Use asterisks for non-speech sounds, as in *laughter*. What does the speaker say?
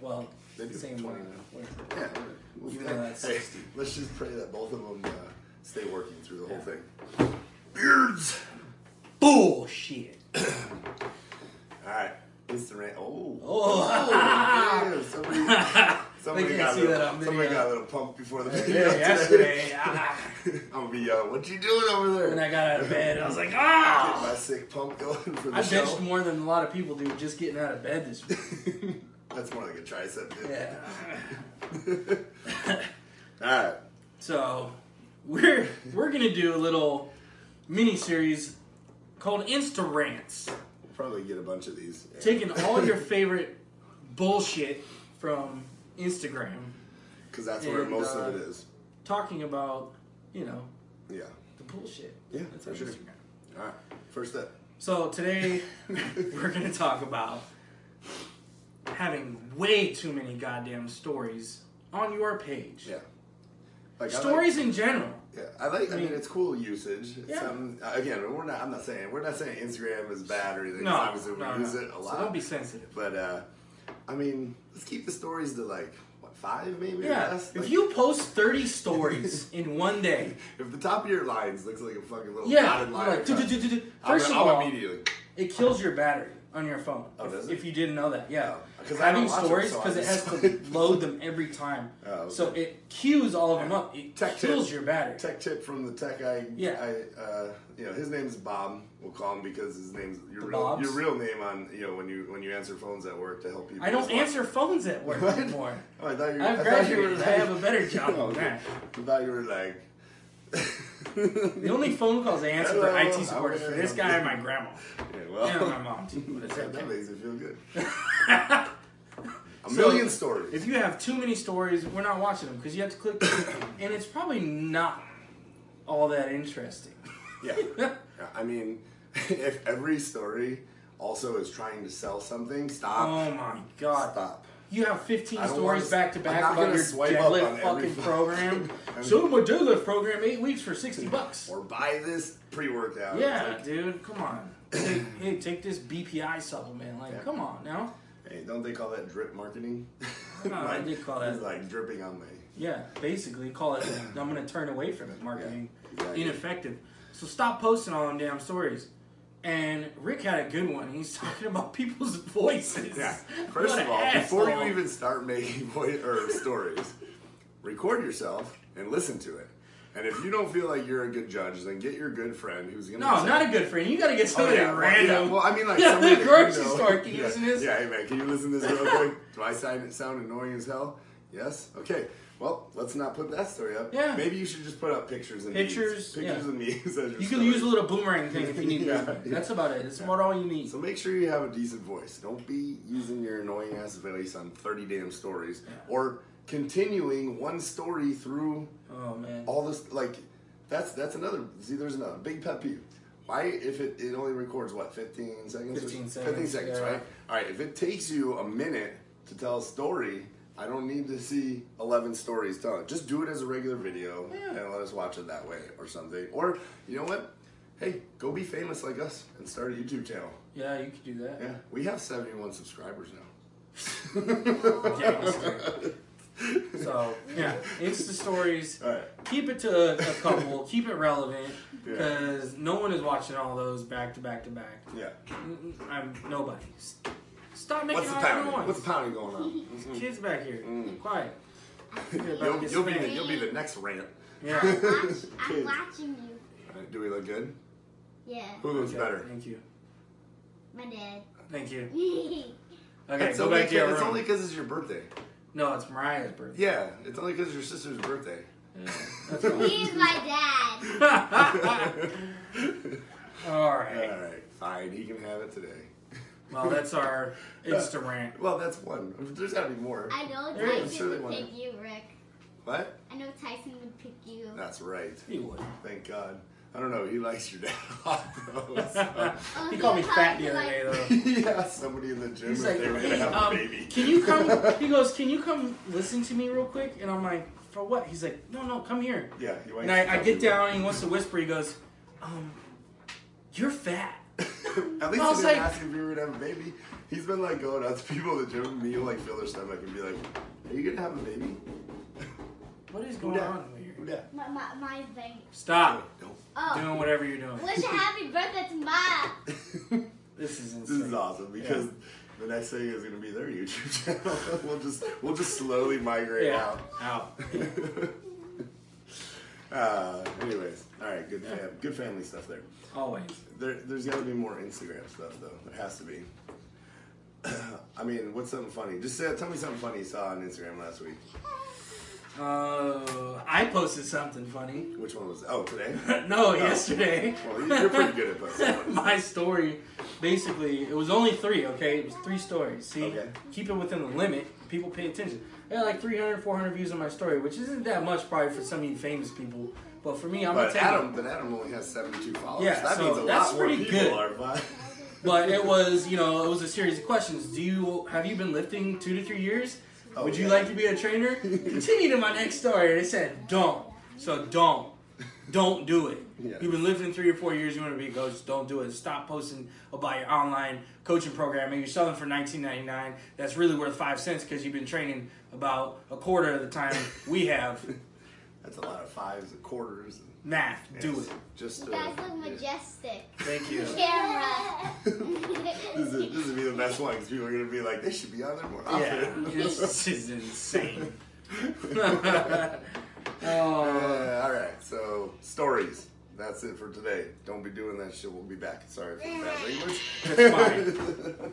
well, They do same 20 uh, now. whatever. Yeah, we'll Even be though like, that's hey, 60. let's just pray that both of them uh, stay working through the whole Yeah. thing. Beards. *laughs* Bullshit. All right, it's the rain. Oh, Oh. yeah, *laughs* somebody, somebody can't got see a little, that on somebody video. got a little pump before the Yeah, video. yesterday, ah, *laughs* I'm gonna be yelling, "What you doing over there?" when I got out of bed, I was like, Get ah! my sick pump going for the I show. benched more than a lot of people do just getting out of bed this week. *laughs* *laughs* That's more like a tricep. dip. Yeah. All right. So we're we're gonna do a little mini series called Insta Rants, We'll probably get a bunch of these. Yeah. taking *laughs* all your favorite bullshit from Instagram, Because that's where and, most of uh, it is. talking about you know Yeah. the bullshit. Yeah, that's for on sure. Instagram. All right. First up. So *laughs* today we're gonna talk about having way too many goddamn stories on your page. Yeah. Like, I like- Stories in general. Yeah, I like. I mean, mean- it's cool usage. It's Yeah. Some, again, we're not. I'm not saying we're not saying Instagram is bad or anything. 'cause No, obviously we no, use no. it a So lot. don't be sensitive. But uh, I mean, let's keep the stories to like what five maybe. or Yeah, less? if Like, you post 30 stories in one day, *laughs* if the top of your lines looks like a fucking little yeah, dotted you're line, like, across- "Du-du-du-du-du." I'm, first of I'm all, immediately. it kills your battery on your phone. Oh, if- does it? If you didn't know that, yeah. Oh, 'cause I Having don't watch them, stories so I because it has just- *laughs* to load them every time. Oh, okay. So it queues all of them up. It Tech tip. kills your battery. Tech tip from the tech I, Yeah. I uh, you know, his name's Bob. We'll call him because his name's your The real Bobs? your real name on you know when you when you answer phones at work to help people. I is don't what- *laughs* answer phones at work What? anymore. Oh, I thought you were, I've I thought you were graduated. I like, have a *laughs* better job than Oh, okay. that. I thought you were like. The only phone calls I answer Hello, for *laughs* IT support I'm is for this guy and my grandma. *laughs* yeah, well, And my mom, too. But it's *laughs* that, *laughs* okay. makes me *laughs* feel good. a So, million stories. If you have too many stories, we're not watching them because you have to click, and it's probably not all that interesting. yeah, I mean, *laughs* if every story also is trying to sell something, stop. Oh my god! Stop. You have 15 I don't stories wanna- back to back I'm not about gonna your swipe up on deadlift every fucking fucking- *laughs* program. I'm- so my deadlift program eight weeks for 60 *laughs* bucks. Or buy this pre-workout. Yeah, It's like, dude, come on. Take, hey, take this BPI supplement. Like, Yeah. come on now. Hey, don't they call that drip marketing? I did call that- It's *laughs* like dripping on me. Yeah, basically call it. I'm gonna turn away from it. Marketing Yeah, exactly. ineffective. So stop posting all them damn stories. And Rick had a good one. He's *laughs* talking about people's voices. Yeah. *laughs* First What of an all, before you asshole. even start making *laughs* voice or stories, record yourself and listen to it. And if you don't feel like you're a good judge, then get your good friend who's gonna. no, say- not a good friend. You gotta get Oh, somebody yeah, well, random. yeah, Well, I mean, like Yeah, somebody the that grocery you know. store. Can you yeah. listen to this? Yeah, hey man, can you listen to this real quick? Do I sound, sound annoying as hell? Yes. Okay. Well, let's not put that story up. Yeah. Maybe you should just put up pictures and Pictures, memes. pictures yeah. and memes. *laughs* As your You can story. use a little boomerang thing if you need Yeah, movement. yeah. That's about it. That's about all you need. So make sure you have a decent voice. Don't be using your annoying ass voice on 30 damn stories or continuing one story through Oh man. all this like that's that's another see there's another big pet peeve. Why if it, it only records what 15 seconds? or- 15 15 seconds, seconds, yeah. right? All right, if it takes you a minute to tell a story, I don't need to see 11 stories telling. Just do it as a regular video Yeah. and let us watch it that way or something. Or you know what? Hey, go be famous like us and start a YouTube channel. Yeah, you could do that. *laughs* Yeah, we have 71 subscribers now. Gangster. so yeah, Insta stories. *laughs* All right. Keep it to a, a *laughs* couple. keep it relevant Yeah. because no one is watching all those back to back to back. Yeah. Mm, mm, I'm nobody. S- Stop making What's the all pounding? that What's noise. the pounding going *laughs* on? Kids back here. Quiet. *laughs* You're about to You'll, get you'll be the, spanked. you'll be the next rant. *laughs* Yeah. Watch, Kids. I'm watching you. All right, do we look good? Yeah, Who looks Okay, better? Thank you. my dad. *laughs* Thank you. Okay, It's go only back to your room. because it's your birthday. No, it's Mariah's birthday. Yeah, it's only because your sister's birthday. *laughs* That's all. He's my dad. *laughs* all right. All right, fine. He can have it today. Well, that's our Insta rant. Well, that's one. There's gotta be more. I know There is. Tyson Sure they would want pick you, Rick. What? I know Tyson would pick you. That's right. He would. *laughs* Thank God. I don't know. He likes your dad a lot, though. so- *laughs* Oh, He called me he'll fat probably the other like- day, though. yeah, somebody in the gym. He's if like, they were hey, gonna have a um, baby. can you come? He goes, can you come listen to me real quick? And I'm like, for what? He's like, no, no, come here. *laughs* Yeah, you And I, I get down and he wants to whisper. He goes, um, you're fat. At least I he was didn't like- ask if we were gonna have a baby. He's been like going out to people at the gym, and me like feel their stomach and be like, "Are you gonna have a baby?" What is Who going dat? on here? Who dat? My, my, my thing. Stop No. doing Oh, whatever you're doing. wish a happy birthday to Ma. This is *laughs* this insane. is awesome because the next thing is gonna be their YouTube *laughs* channel. we'll just we'll just slowly migrate Yeah. Out. *laughs* out. *laughs* uh, anyways, all right, good fam- good family stuff there. Always. There, there's got to be more Instagram stuff though. There has to be. *clears throat* I mean, what's something funny? Just say, tell me something funny you saw on Instagram last week. Uh, I posted something funny. Which one was? Oh, today. *laughs* no, yesterday. Well, you- you're pretty good at *laughs* posting. My story, basically, it was only three, okay? It was three stories. See, Okay. keep it within the limit. People pay attention. I got like 300, 400 views on my story, which isn't that much probably for some of you famous people. But for me, I'm But gonna take Adam, it. but Adam only has 72 followers. Yeah, that so means a that's lot more pretty people good. are. But But it was, you know, it was a series of questions. Do you have you been lifting two to three years? Oh, Would you yeah. like to be a *laughs* trainer? Continue to my next story. And it said, don't. So don't. Don't do it. Yeah. You've been lifting three or four years. You want to be a coach. Don't do it. Stop posting about your online coaching program. And you're selling for 19.99. That's really worth five cents because you've been training about a quarter of the time we *laughs* have. *laughs* that's a lot of fives and quarters. And, Math. Do Yes, it. Just You uh, guys look yeah. majestic. Thank you. Camera. *laughs* This is this would be the best one because people are gonna be like, they should be on there more Yeah, often. *laughs* this is insane. *laughs* oh, Uh, all right, so stories. That's it for today. Don't be doing that shit. We'll be back. Sorry for the bad language. *laughs* That's fine.